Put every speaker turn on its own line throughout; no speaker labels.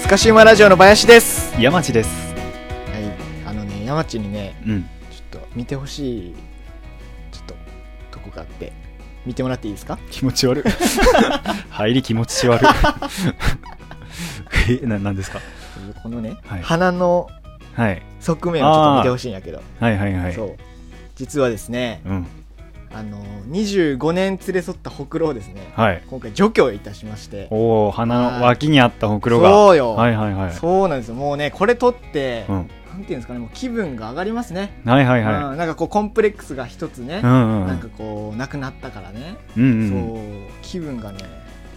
スカシウマラジオの林です。
山地です。
はい、あのね、山地にね、
うん。
ちょっと見てほしい。ちょっと、とこがあって、見てもらっていいですか。
気持ち 悪い。入り気持ち 悪い。え、な、なんですか
このね、
はい
鼻の
はい。
側面をちょっと見てほしいんやけど。
はいはいはい。。
そうう。実はですね、
ん。
あの、25年連れ添ったほくろをですね。
はい。
今回除去いたしまして。
おお鼻の脇にあったほくろが。
そうよ、
はいはいはい。
そうなんですよ。もうね、これ取って、
うん。
なんていうんですかね、もう気分が上がりますね。
はいはいは
うんなんかこうコンプレックスが一つね
い。う、んう
なん
ん
か。こうなくなったからね、
うんうん。
そう気分がね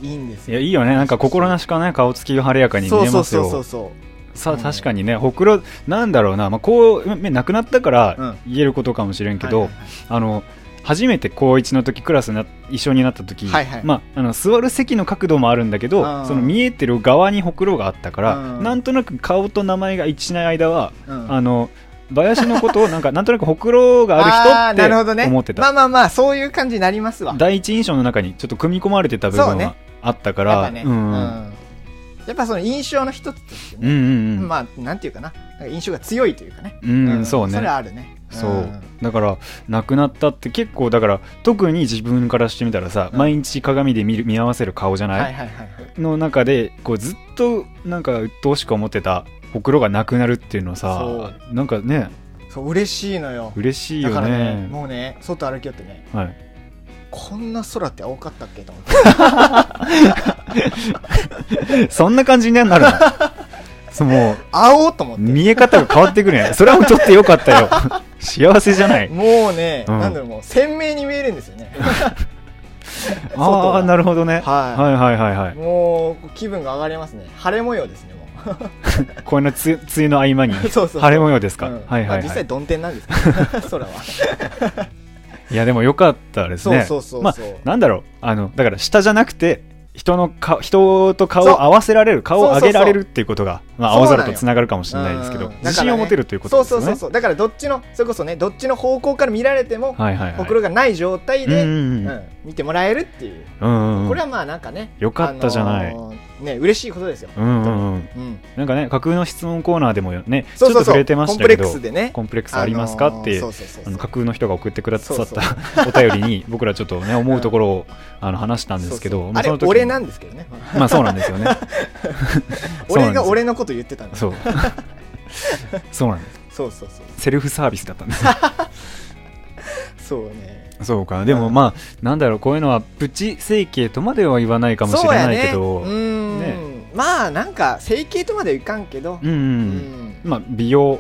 いいんです
い
よ
や、いいよね。なんか心なしかね、顔つきが晴れやかに見
そう
え
そう
ます
そうそう
よ。
そ
さ
う
あ、
ん
確かにね、ほくろ、なんだろうな、まあ、こう、めなくなったから
う
言えることかもしれん
う
けど、
はいはい
あの初めて高1の時クラスな一緒になった時、
はいはい
まあ、あの座る席の角度もあるんだけど
あー
その見えてる側にほくろがあったから
うん
なんとなく顔と名前が一致しない間は
はいうん
あの林のことをなんかなんとなくほくろがあ
ー
る
なるほ
人
ど
って
ね
思ってた、
まあまあまあそういう感じになりますわ
第一印象の中にちょっと組み込まれてた部
そ
分
うね
はあったか
やっ
ら
ぱね、
う
うん
うん
んやっぱその印象の一つとして
うんう
ね、
んうん
まあなんていうかななんか印象が強いというかね、
うんうんそうね
それはあるね
そう、
ん
だから亡くなったって結構だから特に自分からしてみたらさ、
うん
毎日鏡で見る見合わせる顔じゃな
はいはい
い
はいはい
の中でこうずっとなんか鬱陶しく思ってたほくろがなくなるっていうのさなんかね
そう嬉しいのよ
嬉しい
だ
よ
からね
ね
もうね外歩きよってね
はい、
こんな空って青かったっけと思って
そんな感じになる のそうも
青と思っ
う
て
見え方が変わってくるねそれはとってよか ったよ幸せじゃない
もうね、
うん
なんだろう、もう鮮明に見えるんですよ ね。
ああーな
る
るほどね、
は
はい、はいはいはい
い。もう気分が上がりますね。晴れ模様ですね、もう。
このつ梅雨の合間に
そうそう。
晴れ模様ですか、
うん
はいはい、
まあ実
は
際、
い、
曇天なんですけど、 空は。
いやでもよかったです
そう
ね
そうそうそう。
まあなんだろうあのだから下じゃなくて人の顔人と顔を合わせられる顔を上げられるっていうことが、まあ、
そう
青
なのよ
空とつながるかもしれないですけ
う
ど
ん
自信を持てるということ
そうそ
ですよ
う
ね。
そうそう。だから、どっちの、それこそね、どっちの方向から見られても、
はいはいはい、
ほくろがない状態
うんう
で、
ん
うん見てもらえるっていう。
うんうんうん
これはまあ、なんかね。
よかったじゃない
あのーね、嬉しいことですよ。
うんうんうん
うん。
なんかね架空の質問コーナーでもね
そう
ち
そう
ょっと
そう。
触れてました
コンプレ
け
ック
ど
スでね。
コンプレックスありますかっていう,、
あのーそうそうそう
あ
そう
の架空の人が送ってくださった
そうそ
お便りに僕らちょっとね思うところをあの話したんですけど
そうそう
ま
あ
あ、そ
れ
の時
俺なんですけどね
まあそうなんですよねそうな
俺
んです
が
よ
俺のこと言ってたんだ
そう そうなんです
そうそうそう
セルフサービスだったんです
そうね
そうかでも
うん
まあなんだろうこういうのはプチ整形とまでは言わないかもしれないけど
そうやねうーんまあなんか整形とまではいかんけど
うん、う
うんん
まあ美容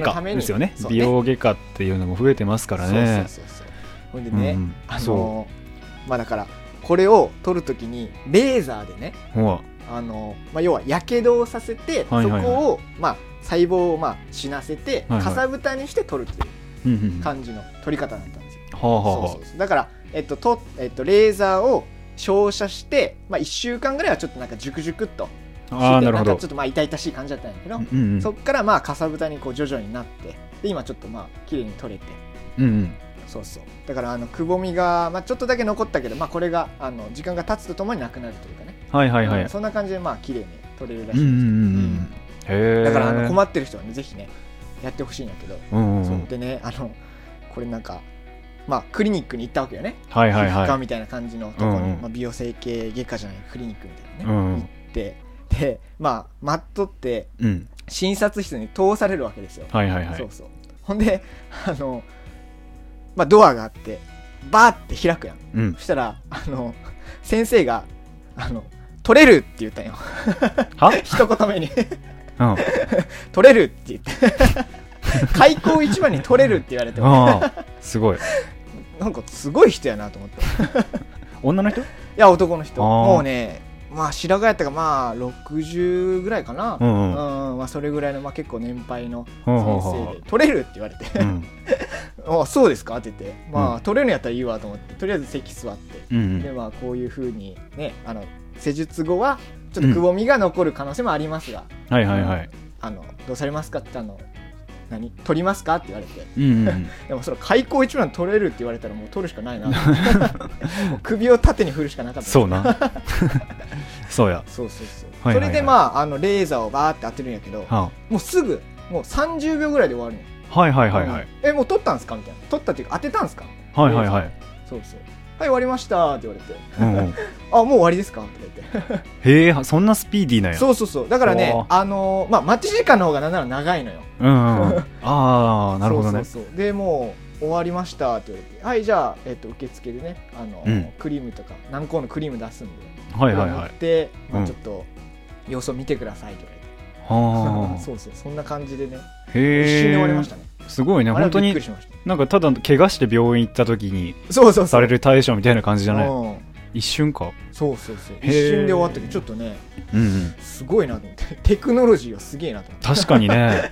美
科
容のために
ですよね
そうね
美容外科っていうのも増えてますからね
そうそうそうそうほんでね、
うんうん
あ
そ
のーまあだからこれを取るときにレーザーでね
うほ
あのーまあ、要はやけどをさせて、
はいはいはい
そこを、まあ、細胞を、まあ、死なせて、
はいはい
かさぶたにして取るっていう
ううんうんは
感じの取り方だったんですよ、
あはあは
そうそうそうだから、えっととえっと、レーザーを照射して、まあ、1週間ぐらいはちょっとなんかジュクジュクっと
ああーなるほ
ん
ど
かちょっとまあ痛々しい感じだったんやけど、
うんうん
そっからまあかさぶたにこう徐々になってで今ちょっとまあ綺麗に取れて
うんうん
そうそうだからあのくぼみが、まあ、ちょっとだけ残ったけど、まあ、これがあの時間が経つとともになくなるというかね、
はいはいはい
うんそんな感じでまあ綺麗に取れるら
うん
し
う
い
んうん
ですよ
うんへえ
だからあの困
っ
ってる人はねぜひねやってほしいんやけど、
うんうんう
そうんでねあのこれなんかまあクリニックに行ったわけよね
はいはい
皮膚科
は
みたいな感じのところに、
うんうん
まあ、美容整形外科じゃないクリニックみたい
いう
なね、
ん
行
うん
ってでまあ待っとって
うん
診察室に通されるわけですよ、
はいはいは
そ
いう
そうほんであの、まあ、ドアがあってバーって開くやん
うん
そしたらあの先生があの「取れる」って言ったんよ
は
一言目に
うん
「取れる」って言って 開口一番に「取れる」って言われても
ああすごい
なんかすごい人やなと思ってい
女の人
や男の人
あー
もうねまあ白髪やったかまあ60ぐらいかな、
うんうん
うんまあ、それぐらいの、まあ、結構年配の
ほう
先
ほう
生
ほ
で「取れる」って言われて
ううん
あそうですかって言ってまあ、
うん
取れるんやったらいいわと思ってとりあえず席座って、
うんう
で
ん
まあこういうふうにねあの施術後はちょっとくぼみが残る可能性もありますが、
はいはいはい
あのどうされますかってあの何取りますかって言われて
うんうんうん
でもその開口一番取れるって言われたらもう取るしかない なともう首を縦に振るしかなかった
そうなそうや
そうそうそう
は
そ
いはいはい
れでまああのレーザーをバーって当てるんやけど
は
もうすぐもう30秒ぐらいで終わるのよ
あはいはいはいはい
うんえもう取ったんですかみたいな取ったっていうか当てたんですか
はいはいはい
そうそうはい終わりましたって言われて
うんうん
あもう終わりですかって言われ
へえそんなスピーディーなん
て
や
そうそうそうだからね
お
あのーまあ待ち時間の方がなんなら長いのよ
うんうんうんあ あなるほどね
そうそうそうでもう終わりましたって言われてはいじゃあ、えっと、受付でねあの、
うん
クリームとか何個のクリーム出すんで
はいはいはい
で、ま
う
あ、
ん
ちょっと様子を見てくださいって言われて、
は あ
そうそうそんな感じでね一瞬で終わり
へ
ま
え
したね
すごいね
あれは
本当
びっく
に
りしました
なんかただ怪我して病院行った時に
そうそうそ
さ
う
れる対処みたいな感じじゃない
うん
一瞬か
そうそうそう
へー
一瞬で終わったけどちょっとね
うんうん
すごいなと思ってテクノロジーがすげえなと思って
確か にね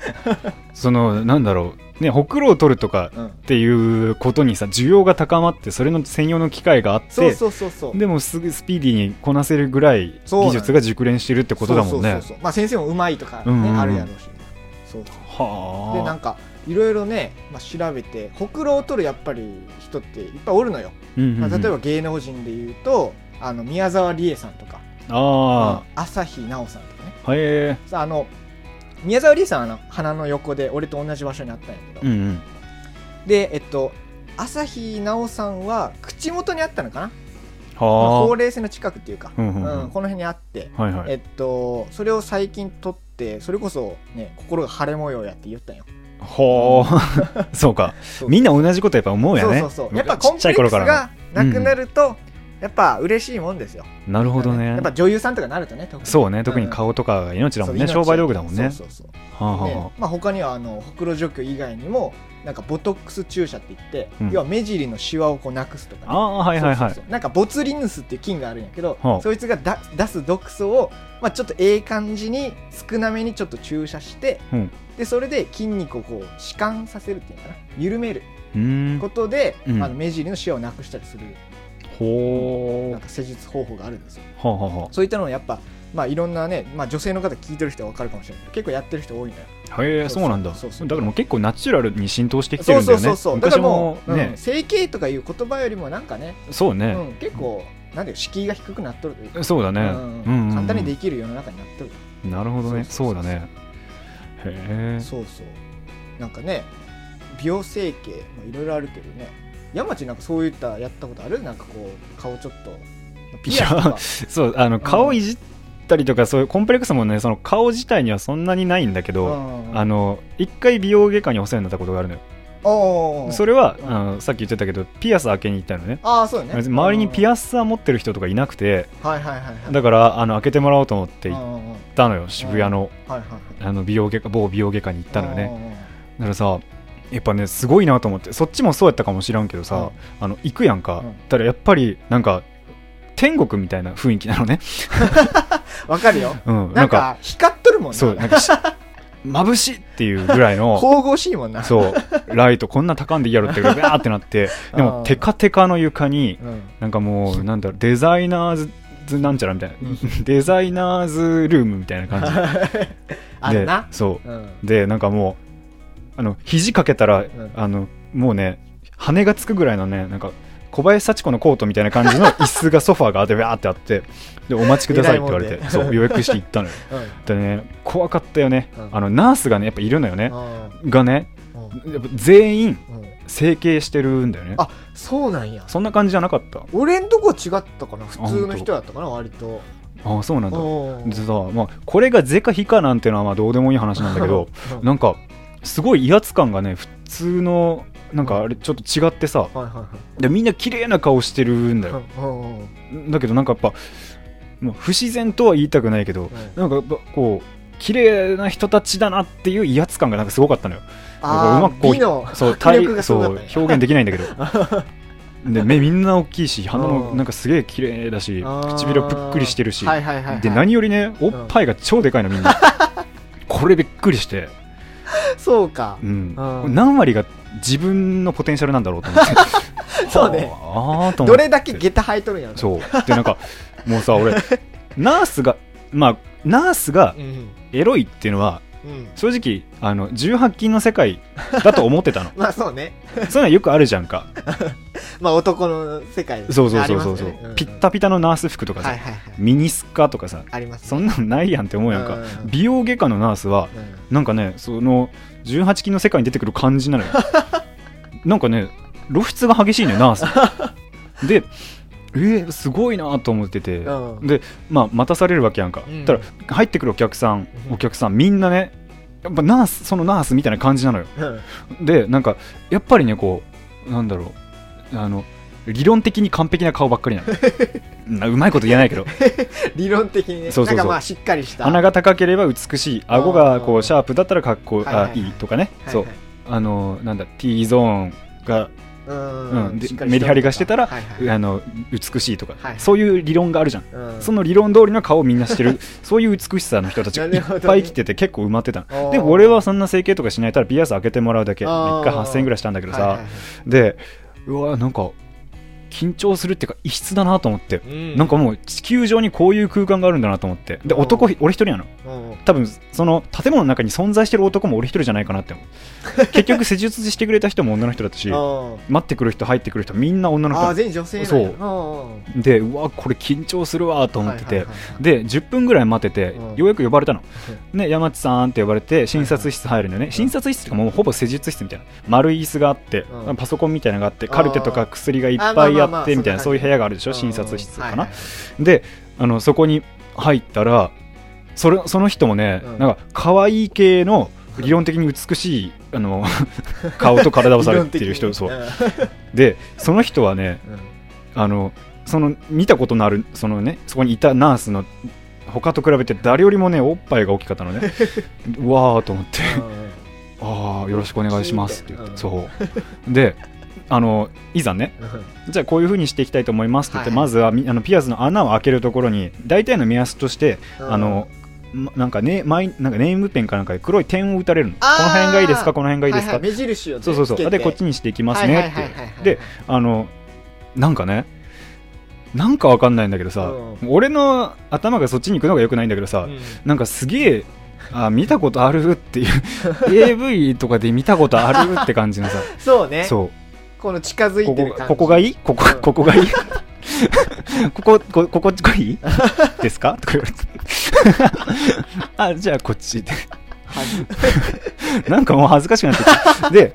そのなんだろうねほくろを取るとか
うん
っていうことにさ需要が高まってそれの専用の機械があって
そうそうそうそう
でもすぐスピーディーにこなせるぐらい
そうなの
技術が熟練してるってことだもん
そう
ね
そうそうそうまあ先生もうまいとか、ね
うんうんうん
あるやろうしそうそうでな
は
んかいろいろね、まあ、調べてほくろを取るやっぱり人っていっぱいおるのよ、
あうんうん
ま
う
あ、
ん
例えば芸能人でいうとあの宮沢りえさんとか
あ
うん朝日奈央さんとかね
あへえ
さあの宮沢りえさんはあの鼻の横で俺と同じ場所にあったんやけど、
うんうん
でえっと朝日奈央さんは口元にあったのかなまあ、ほう
は
れい線の近くっていうか、
あう
うん
うんん
こ
うん
の辺にあって、
はいは
え
い
っとそれを最近取ってそれこそね心が晴れ模様やって言ったんよ
ほう そうか
そう
みんな同じことやっぱ思うやね
そうそうそうやっぱコンプレックスがなくなると、やっぱ嬉しいもんですよ
なるほどね
やっぱ女優さんとかなるとね特に
そうね特に顔とかが命だもんね商売道具だもんね
そうそうそう
はあはあ
で
は
まあ、他にはあのほくろ除去以外にもなんかボトックス注射って言って、
うん
要は目尻のシワをこうなくすとか、
あああはいはいは
そう
い
そうそうなんかボツリヌスっていう菌があるんやけど、
はあ
そいつがだ出す毒素を、まあ、ちょっとええ感じに少なめにちょっと注射して、
うん
でそれで筋肉をこう弛緩させるっていうのかな緩める
うーん
ことで、
うん
あの目尻のシワをなくしたりする
ほ
なんか施術方法があるんですよ
うはあはあは
そういったのをやっぱまあいろんなね、まあ、女性の方聞いてる人は分かるかもしれないけど結構やってる人多いのよ
あへえ
そうそう
そうなんだ
そう
だ
そ
か
う
らもう結構ナチュラルに浸透してきて
そ
る
うんそ
だよ
う
ね
そうそうだか
昔
らも
も
う、うん
ね
整形とかいう言葉よりもなんかね、
そう
う
ね
ん、結構なんで敷居が低くなっとるというか、
そうだ
う
ね
ん
うんうんうん
簡単にできる世の中になっとる、
なるほどね
そうそそうそ
そうう
う
だねへえ
そうそうなんかね美容整形まあいろいろあるけどね山地なんかそういったやったことあるなんかこう顔ちょっとピアスとか
そうあの顔いじったりとかそういうコンプレックスもねその顔自体にはそんなにないんだけど
の
あの一回美容外科にお世話になったことがあるのよ
お
それは
うん
あのさっき言ってたけどピアス開けに行ったのね
ああそうよね
周りにピ
ア
アスさん持ってる人とかいなくて
はいはいはいはい
だからあの開けてもらおうと思って
うん
行っ
うんうんはい
たのよ渋谷の
はいはい
あの美容外科某美容外科に行ったのよね
ね
だからさやっぱねすごいなと思ってそっちもそうやったかもしらんけどさ、あの行くやんか、
うん
たらやっぱりなんか天国みたいな雰囲気なのね、
わかるよ
うん、
なんか光っとるもん
そう
な
な んかし眩しいっていうぐらいの
神々しいもんな
そうライトこんな高んでいいやろってぐらいバーって なってで
うん
もテカテカの床に
うん
なんかもうなんだろうデザイナーズなんちゃらみたいな デザイナーズルームみたいな感じ
あるな
でそう
うん
でなんかもうあの肘かけたら、
ん
あのもうね羽がつくぐらいのねなんか小林幸子のコートみたいな感 じの椅子がソファーがあってわーってあってでお待ちくださいって言われ
えらいも
て
んで
そう予約して行ったのよでね怖かったよね、
うん
あのナースがねやっぱいるのよね
う、ん
がね
うん
やっぱ全員
うんうん
整形してるんだよね
あそうなんや
そんな感じじゃなかった
俺んとこ違ったかな普通の人やったかな割と
ああそうなんだ
うん
でさ、まあ、これが是か非かなんてのはまあどうでもいい話なんだけど
うん
なんかすごい威圧感がね普通のなんかあれちょっと違ってさ
はいはいはい
でみんな綺麗な顔してるんだよ
うんうんうんうん
だけどなんかやっぱまあ不自然とは言いたくないけどなんかやっぱこう綺麗な人たちだなっていう威圧感がなんかすごかった のよ
あ
うま
ー
くこう
美の
そう
迫力が
体
す
そ
ごか
う
ったね
表現できないんだけど で目みんな大きいし鼻
う
も
ん
なんかすげえ綺麗だし
あー
唇はぷっくりしてるし、
はいはいはいはい
で何よりねおっぱいが超でかいのみんな これびっくりして、
そうか
うん
うん
何割が自分のポテンシャルなんだろうと思って
そうね
あーと思
ど
って
れだけ下駄履いとるんやろ
そうでなんかもう さ俺ナースがまあナースが
うん
エロいっていうのは
うん
正直あの18禁の世界だと思ってたの
まあそうね
そういうのはよくあるじゃんか
まあ男の世界ですね
そうそうそうそうそう、
ありますよね
ピッタピタのナース服とかさ、
はいはいはい
ミニスカとかさ
あります
そんなんないやんって思うやんか、
うん
美容外科のナースは
うん
なんかねその18金の世界に出てくる感じな のよなんかね露出が激しいのよナー スでえー、すごいなと思ってて、
うん
で、まあ、待たされるわけやんか、
うん
たら入ってくるお客さん
うん
お客さんみんなねやっぱナースそのナースみたいな感じなのよ
うん
でなんかやっぱりねこうなんだろうあの理論的に完璧な顔ばっかりな のなうまいこと言えないけど
理論的にね
そうそうそう
なんかまあしっかりした
鼻が高ければ美しい顎がこ
あー
うシャープだったらかっこ
はいはいはい
あいいとかね、
はい
そ
は
うあのなんだ T ゾーンが、
いうん
うんで
しっかりした
メリハリがしてたら、
はいはい
あの美しいとか、
はいはい
そういう理論があるじゃん、
うん
その理論通りの顔をみんなし てるそういう美しさの人たちが
ないるほどね
っぱい来てて結構埋まってたの
おー
で俺はそんな整形とかしないたらピアス開けてもらうだけ
あー
1回8000円ぐらいしたんだけどさ、
はいはいはい
でうわなんか緊張するっていうか異質だなと思って、
うん
なんかもう地球上にこういう空間があるんだなと思ってで
うん
男ひ俺一人なの
うん
多分その建物の中に存在してる男も俺一人じゃないかなって思 う結局施術してくれた人も女の人だったし
うん
待ってくる人入ってくる人みんな女の人
あ
だ
あ
っ
全員女性なんや
そう
うんうん
たでうわこれ緊張するわと思ってて、
はいはいはいはい
で10分ぐらい待ってて、
うん
ようやく呼ばれたの、ね、山地さんって呼ばれて診察室入るのよね、
い
診察室とかもうほぼ施術室みたいな丸い椅子があって、
うん
パソコンみたいなのがあって
あー
カルテとか薬がいっ
あま
ぱ
あ
い
まあま
あ
あ
ってみたいな
そ
そ
んな感じ
ういう部屋があるでしょ
うん
診察室か
はい
な、
はい
であのそこに入ったらそれその人もね、
うん
なんか可愛い系の理論的に美しいあ の顔と体をされてる人
理
そ
論
う
的
でその人はね
にうん
あのその見たことのあるそのねそこにいたナースの他と比べて誰よりもねおっぱいが大きかったのね うわーと思って
うんうん
「ああよろしくお願いします」って言って、
うん
そうであのいざね
うん
じゃあこういうふうにしていきたいと思いますって言って、
はい
まずはみあのピアスの穴を開けるところに大体の目安として、
うん
あのまなんかねマイなんかネームペンかなんかで黒い点を打たれるのこ
あー
の辺がいいですかこの辺がいいですか、
はは目印をね
そうそうそ
つけ
う
て
でこっちにしていきますねっていうで
で
あのなんかねなんかわかんないんだけどさ、
う
俺の頭がそっちに行くのがよくないんだけどさ、なんかすげえあ見たことあるっていう AV とかで見たことあるって感じのさ
そう ね
そう
この近づい
こ
て
こ
る感じ
ここがいいここ
うん
ここがいい こここここっちがいいですかとか言われて あじゃあこっちで
はず
なんかもう恥ずかしくなってきたで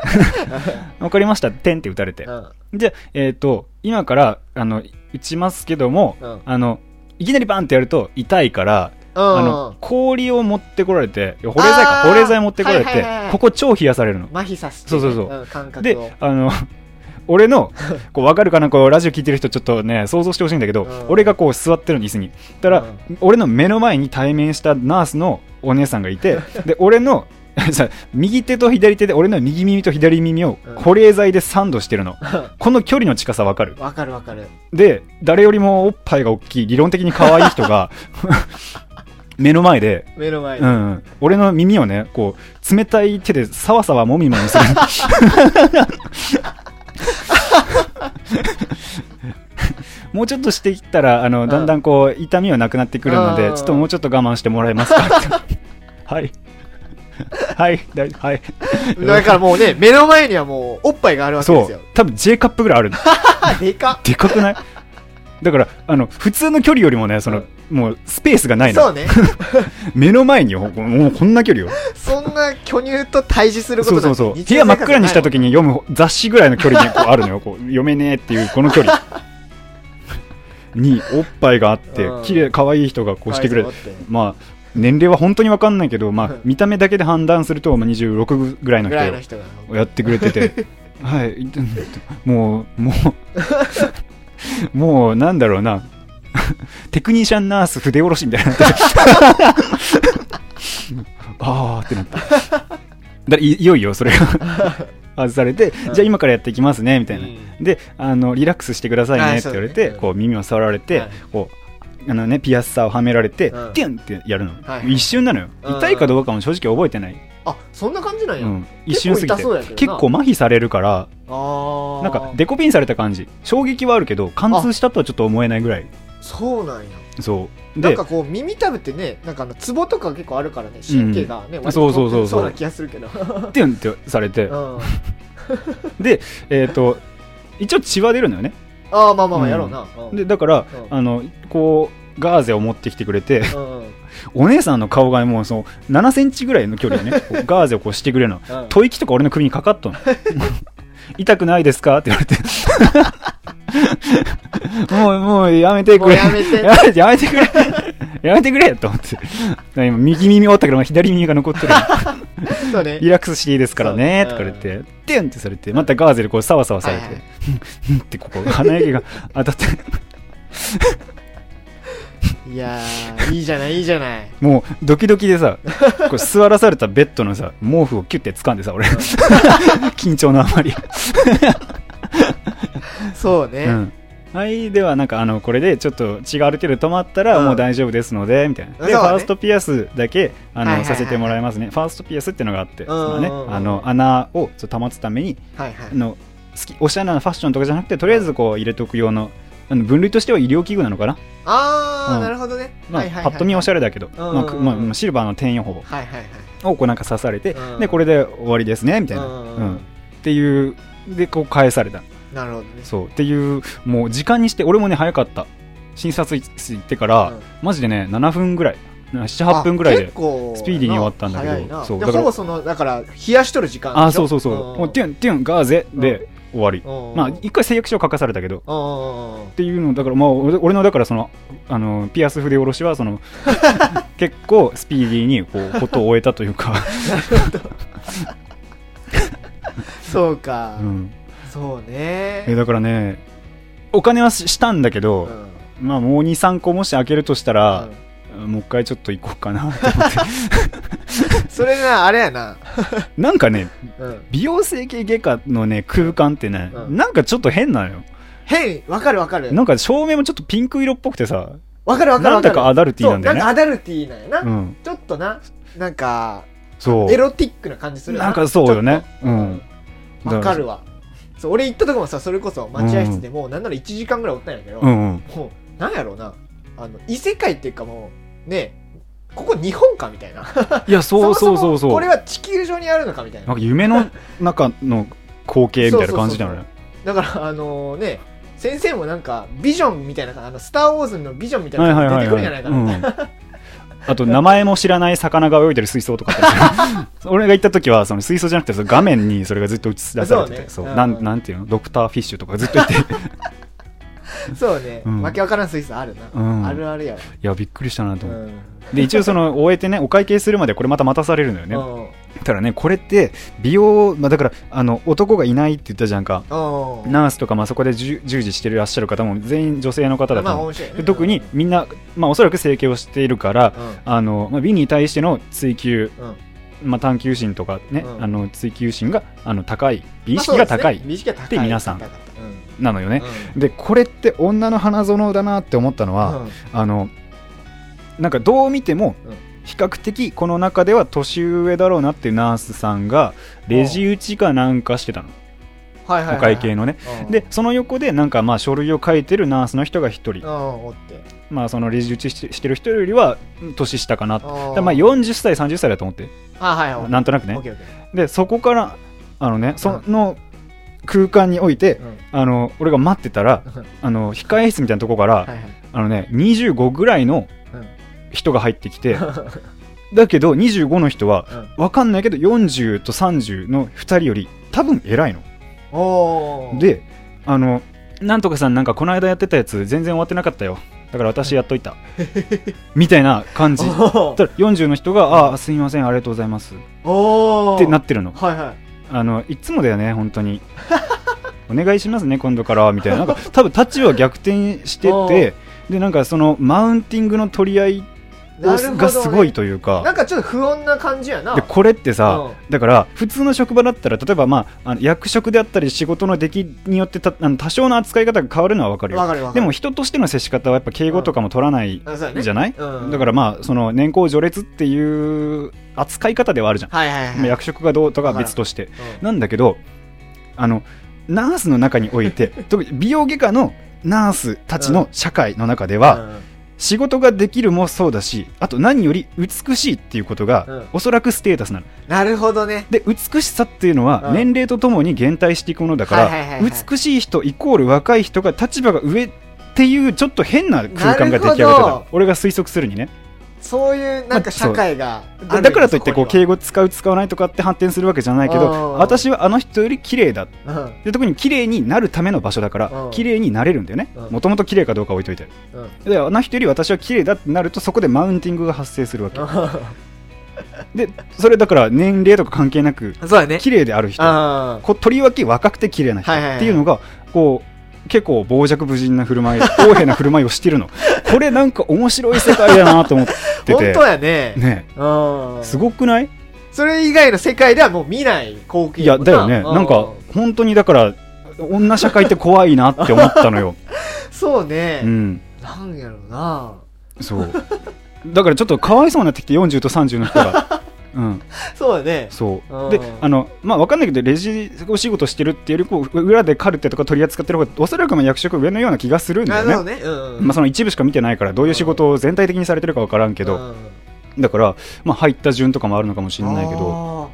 わかりました点って打たれて
うん
じゃあえっ、と今からあの打ちますけども、
うん
あのいきなりバンってやると痛いから、あの氷を持ってこられていや保冷剤か
あー
保冷剤持ってこられて、
はいはいはいはい
ここ超冷やされるの
麻痺させて
そうそうそうん
感覚を
であの 俺のこう分かるかなこうラジオ聞いてる人ちょっとね想像してほしいんだけど、
うん
俺がこう座ってるの椅子にたら、
う
俺の目の前に対面したナースのお姉さんが いてで俺の さ右手と左手で俺の右耳と左耳を
うん
保冷剤でサンドして るの、この距離の近さ分かる
わかるわかる
で誰よりもおっぱいが大きい理論的に可愛い人 が目の前で、
目の前
う
に
んうん、俺の耳をねこう冷たい手でさわさわもみもみする もうちょっとしてきたらあのだんだんこう痛みはなくなってくるので
うん
ちょっともうちょっと我慢してもらえますかはいはいだいはい
だからもうね目の前にはもうおっぱいがあるわけ
そ
ですよ
う多分 J カップぐらいあるの
あでか
でかくない だからあの普通の距離よりもねその、もうスペースがない
っそ
の
うね
目の前によもうこんな距離よ
そんな巨乳と対峙するこ
そ
と
うそうそう部屋真っ暗にした時
に
に読む雑誌ぐらいの距離にこうあるのよこう読めねえっていうこの距 離におっぱいがあって
うん
綺麗可愛い人がこうしてくれる
ぐ
まあ年齢は本当に分かんないけど、まあ
うん、
見た目だけで判断すると、まあ、26ぐらいの人
らいの人が
をやってくれて てはいもうもうもうなんだろうなテクニシャンナース筆下ろしみたい になってあーってなっただいいよいよそれが 外されて、
うん
じゃあ今からやっていきますねみたいな、
うん
であのリラックスしてください
は
ね
い
って言われ
そう
て、
だねうん
こう耳を触られて、
はい
こうあのね、ピアスさをはめられて、
うん
ティンってやるの、
はいはい
一瞬なのよ、
うん
痛いかどうかも正直覚えてない
あそんな感じなんや、
うん、一瞬過
結
ぎて
構痛そうやけどな
結構麻痺されるか
あ
ら
あ
なんかデコピンされた感じ衝撃はあるけど貫通したとはちょっと思えないぐらい
そうなんや
そう
なん
で
かこう耳たぶってねなんかあのツボとか結構あるからね神経がね、割と
そうそうそうそう
な気がするけど
テュンってされて
うん
でえっ、と一応血は出るのよね
ああまあまあま
う
あ
ん
やろうな、うん、
でだから
うん
あのこうガーゼを持ってきてくれて
うんうん
お姉さんの顔がもうその7センチぐらいの 距離でねこうガーゼをこうしてくれるの
うん
吐息とか俺の首にかかっとんの 痛くないですかって言われて もうもうやめてく
もう
れ
やめて
や めてやめてくれやめてくれと思って今右耳折ったけどまあ左耳が残 ってる
そうね
リラックスしていいですからねと
そう
か言ってテンってされてまたガーゼでこうサワサワされて、
はいはい
ふん ってここ鼻毛が当たって
いやーいいじゃないいいじゃない
もうドキドキでさ こう座らされたベッドのさ毛布をキュッて掴ん でさ俺緊張のあまり、
そうね、
うんはいではなんかあのこれでちょっと血がある程度止まったら
うん
もう大丈夫ですので、みたいなで、
そうね
ファーストピアスだけあの、
はいはいはい
させてもらいますねファーストピアスってのがあって、
うんうんうん
そのねあの穴をちょっと保つために
はいはい
あの好きおしゃれなファッションとかじゃなくてとりあえずこう入れとく用のあの分類としては医療器具なのかな、
あー、
うん
なるほどね、
まあ
はいはいはい
パッと見おしゃれだけど、
んうんうん
まあくまあまあシルバーの天用法
はいはいはい
をこうなんか刺されて、
うん
でこれで終わりですねみたいな、
うんうん
うんっていうでこう返された
なるほどね
そうっていうもう時間にして俺もね早かった診察室行ってから、
うん
マジでね7分ぐらい
あ
78分ぐらいで
結構
スピーディーに終わったんだけど
早いな
そう
で
だから
ほぼそのだから冷やしとる時間でしょ
ああそうそうそう、もうテュンテュンガーゼで終わり、
うん
まあ一回誓約書書かされたけどっ
うんうんうん
ていうのだからまあ俺俺のだからそのあのピアス筆下ろしは その結構スピーディーにこうことを終えたというか、
そうか、
うん
そうね
えだからねお金はししたんだけど、
うん
まあもう23個もし開けるとしたら、もう一回ちょっと行こうかなって思って
うんそれなあれやな、
なんかね
うん、
美容整形外科のね空間ってね、
うん
なんかちょっと変なのよ
変わかるわかる
なんか照明もちょっとピンク色っぽくてさ
わかるわかる
な
わ
ん
か
だ
る
かアダルティーなんだ
そう
よね
んかアダルティーなんやな、
うん
ちょっとななんか
そう
エロティックな感じするよ
なんかそうよね
ちょっと
うん
わかるわそう俺行ったとこもさそれこそ待合室でもうなんなら1時間ぐらいおったんやけど、
うんうん
もうなんやろうなあの異世界っていうかもうねここ日本かみたいな
いや そうそうそう
そ
そ
もも
う
これは地球上にあるのかみたい
な
なん
か夢の中の光景みたいな感じなのね
だからあのね先生もなんかビジョンみたいなあのスター・ウォーズのビジョンみたいなのが出てくるんじゃないかな、
うんあと名前も知らない魚が泳いでる水槽とかあったりす る俺が行った時はその水槽じゃなくてその画面にそれがずっと映し出されてて
そ
そうう、
ね
な
うん
んなんていうのドクターフィッシュとかずっと言ってい
そうね、
うん
わけわからん水素あるな、
うん
あるあるやわ、
やびっくりしたなと
う
思って、
ん
で一応その終えてねお会計するまでこれまた待たされるのよね、
うん
たらねこれって美容、まあ、だからあの男がいないって言ったじゃんか
うん
ナースとかまあそこで従従事してらっしゃる方も全員女性の方だ
ま
と
あ
思う
面白いね
で特にみんな、まあ、おそらく整形をしているから
うん
あの、まあ、美に対しての追求
うん
まあ、探求心とかね、
うん
あの追求心があの高い美意識が高い
まあそうですね美意識が高い
って皆さん
高かったうん
なのよね、
うん
でこれって女の花園だなって思ったのは、あのなんかどう見ても
うん
比較的この中では年上だろうなっていうナースさんがレジ打ちかなんかしてたの、
はいはい
お
はい
会計のね、
うん
でその横でなんかまあ書類を書いてるナースの人が1人、
うんおって
まあそのレジ打ちしてしてる人よりはうん年下かなってだからまあ
よ
40歳30歳だと思って
あはいはい
なんとなくね
オッケーオッケー
でそこからあのねその空間において、
うん
あの俺が待ってたら
うん
あの控え室みたいなとこから、
はいはい
あのね25ぐらいの
うん
人が入って きて、だけど25の人は
うん
分かんないけど40と30の2人より多分偉いの。
おー
であのなんとかさんなんかこの間やってたやつ全然終わってなかったよだから私やっと いたみたいな感じ
お
だか
ー
ら40の人が「ああすいませんありがとうございます」
おー
ってなってるの
はいはい
あのいつもだよね本当に お願いしますね今度からはみたいななんか多分立場逆転し て
お
てでなんかそのマウンティングの取り合いを
なるほどね
がすごいという
なん
か
かちょっと不穏な感じやな
でこれって
う
さ
ん
だから普通の職場だったら例えばまああの役職であったり仕事の出来によってたあの多少の扱い方が変わるのは分かる
わ
よ
かるわか
で
る
も人としての接し方はやっぱ敬語とかも取らない
あそうやね
じゃない
うん
だからまあその年功序列っていう扱い方ではあるじゃん
はいはいはい
まあ役職がどうとかは別として
うん
なんだけどあのナース の中において特に美容外科のナースたちの社会の中では、
うん
仕事ができるもそうだしあと何より美しいっていうことが、
うん
おそらくステータスなの
なるほどね
で美しさっていうのは
うん
年齢とともに減退していくものだか
はいはいは
ら
いはい
美しい人イコール若い人が立場が上っていうちょっと変な空間が
なる
出来上がっ
ほ
て
ど
た俺が推測するにね
そういうなんか社会がある
だからといってこう敬
営
語使う使わないとかって反転するわけじゃないけ
うんうん
ど
うん
私はあの人より綺麗だ
うん
で特に綺麗になるための場所だから
うん
綺麗になれるんだよね
うん
もともと綺麗かどうか置いといて
うん
であの人より私は綺麗だってなるとそこでマウンティングが発生するわけでそれだから年齢とか関係なく
そうだね
綺麗である人
あ
こうとりわけ若くて綺麗な人
はいはいはい
っていうのがこう結構傍若無人な振る 舞い横柄な振る舞いをしてるのこれなんか面白い世界だなと思っ て
本
て
当やね
ね
うん
すごくない
それ以外の世界ではもう見ない光景
いやだよねなんか本当にだから女社会って怖いなって思った のよ、
そうね、
うん、
なんやろうな
そうだからちょっとかわいそうになってきて40と30の 人が。うん、
そうだね
そう
うん
であのまあわかんないけどレジお仕事してるっていうよりこう裏でカルテとか取り扱ってる方がおそらくまあ役職上のような気がするんだ
な
よ
る
ね
ほどねうん
まあ、その一部しか見てないからどういう仕事を全体的にされてるか分からんけど、だから、まあ、入った順とかもあるのかもしれないけど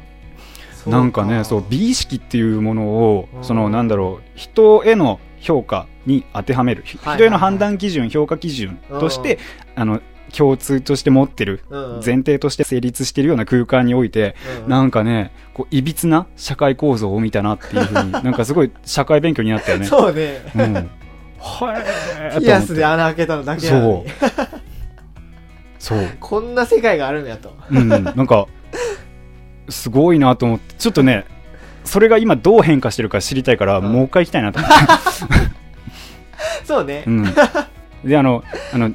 ど
なんかねそう美意識っていうものを
うん
そのなんだろう人への評価に当てはめる、ひ
はいはい
人への判断基準評価基準としてあの共通として持ってる前提として成立してるような空間において
ん
なんかねこういびつな社会構造を見たなっていう ふうになんかすごい社会勉強になったよね。
そうね
うん、はい
ピアスで穴開けたのだけなの
そ
に
うそう
こんな世界があるんやと
うんなんかすごいなと思ってちょっとねそれが今どう変化してるか知りたいから、
うん
もう一回行きたいなと 思って、
そうね
うん、であのあの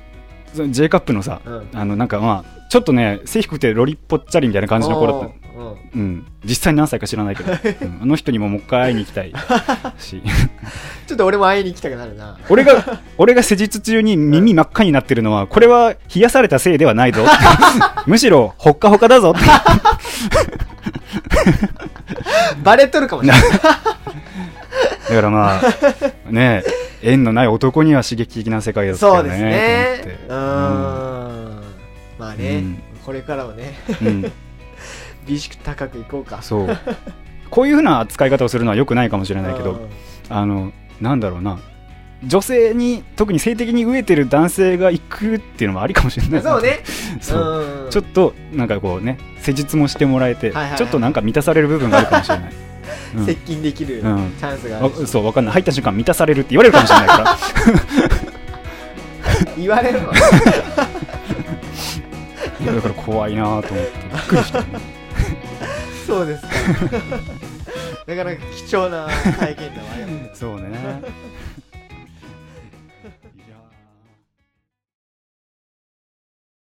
その J カップのさ
うん
あのなんかまあちょっとね背低くてロリぽっちゃりみたいな感じの子だったの
うん
うん、実際何歳か知らないけど、うんあの人にももう一回会いに行きたいし
ちょっと俺も会いに行きたくなるな
俺が俺が施術中に耳真っ赤になってるのはこれは冷やされたせいではないぞ むしろほっかほかだぞって
バレとるかもしれない
だからまあねえ縁のない男には刺激的な世界だった
そ
よ
うです
ね
ねうーん
と思っ
まあ
う
ね
ん
これからはね
てうん、うん
美意識高くいこうか
そうこういうふうな扱い方をするのはよくないかもしれないけ
うん
どあのなんだろうな女性に特に性的に飢えてる男性が行くっていうのもありかもしれない
そうね
そう
うん
ちょっとなんかこうね施術もしてもらえて、
はいはいはい
ちょっとなんか満たされる部分があるかもし れない、うん
接近できるチ
うん
ャンスがあるし
わそうわかんない入った瞬間満たされるって言われるかもしれないから
言われるの
いやだから怖いなと思ってびっく りした、
そうですか なかなか貴重な体験談はありがとうございます
そうね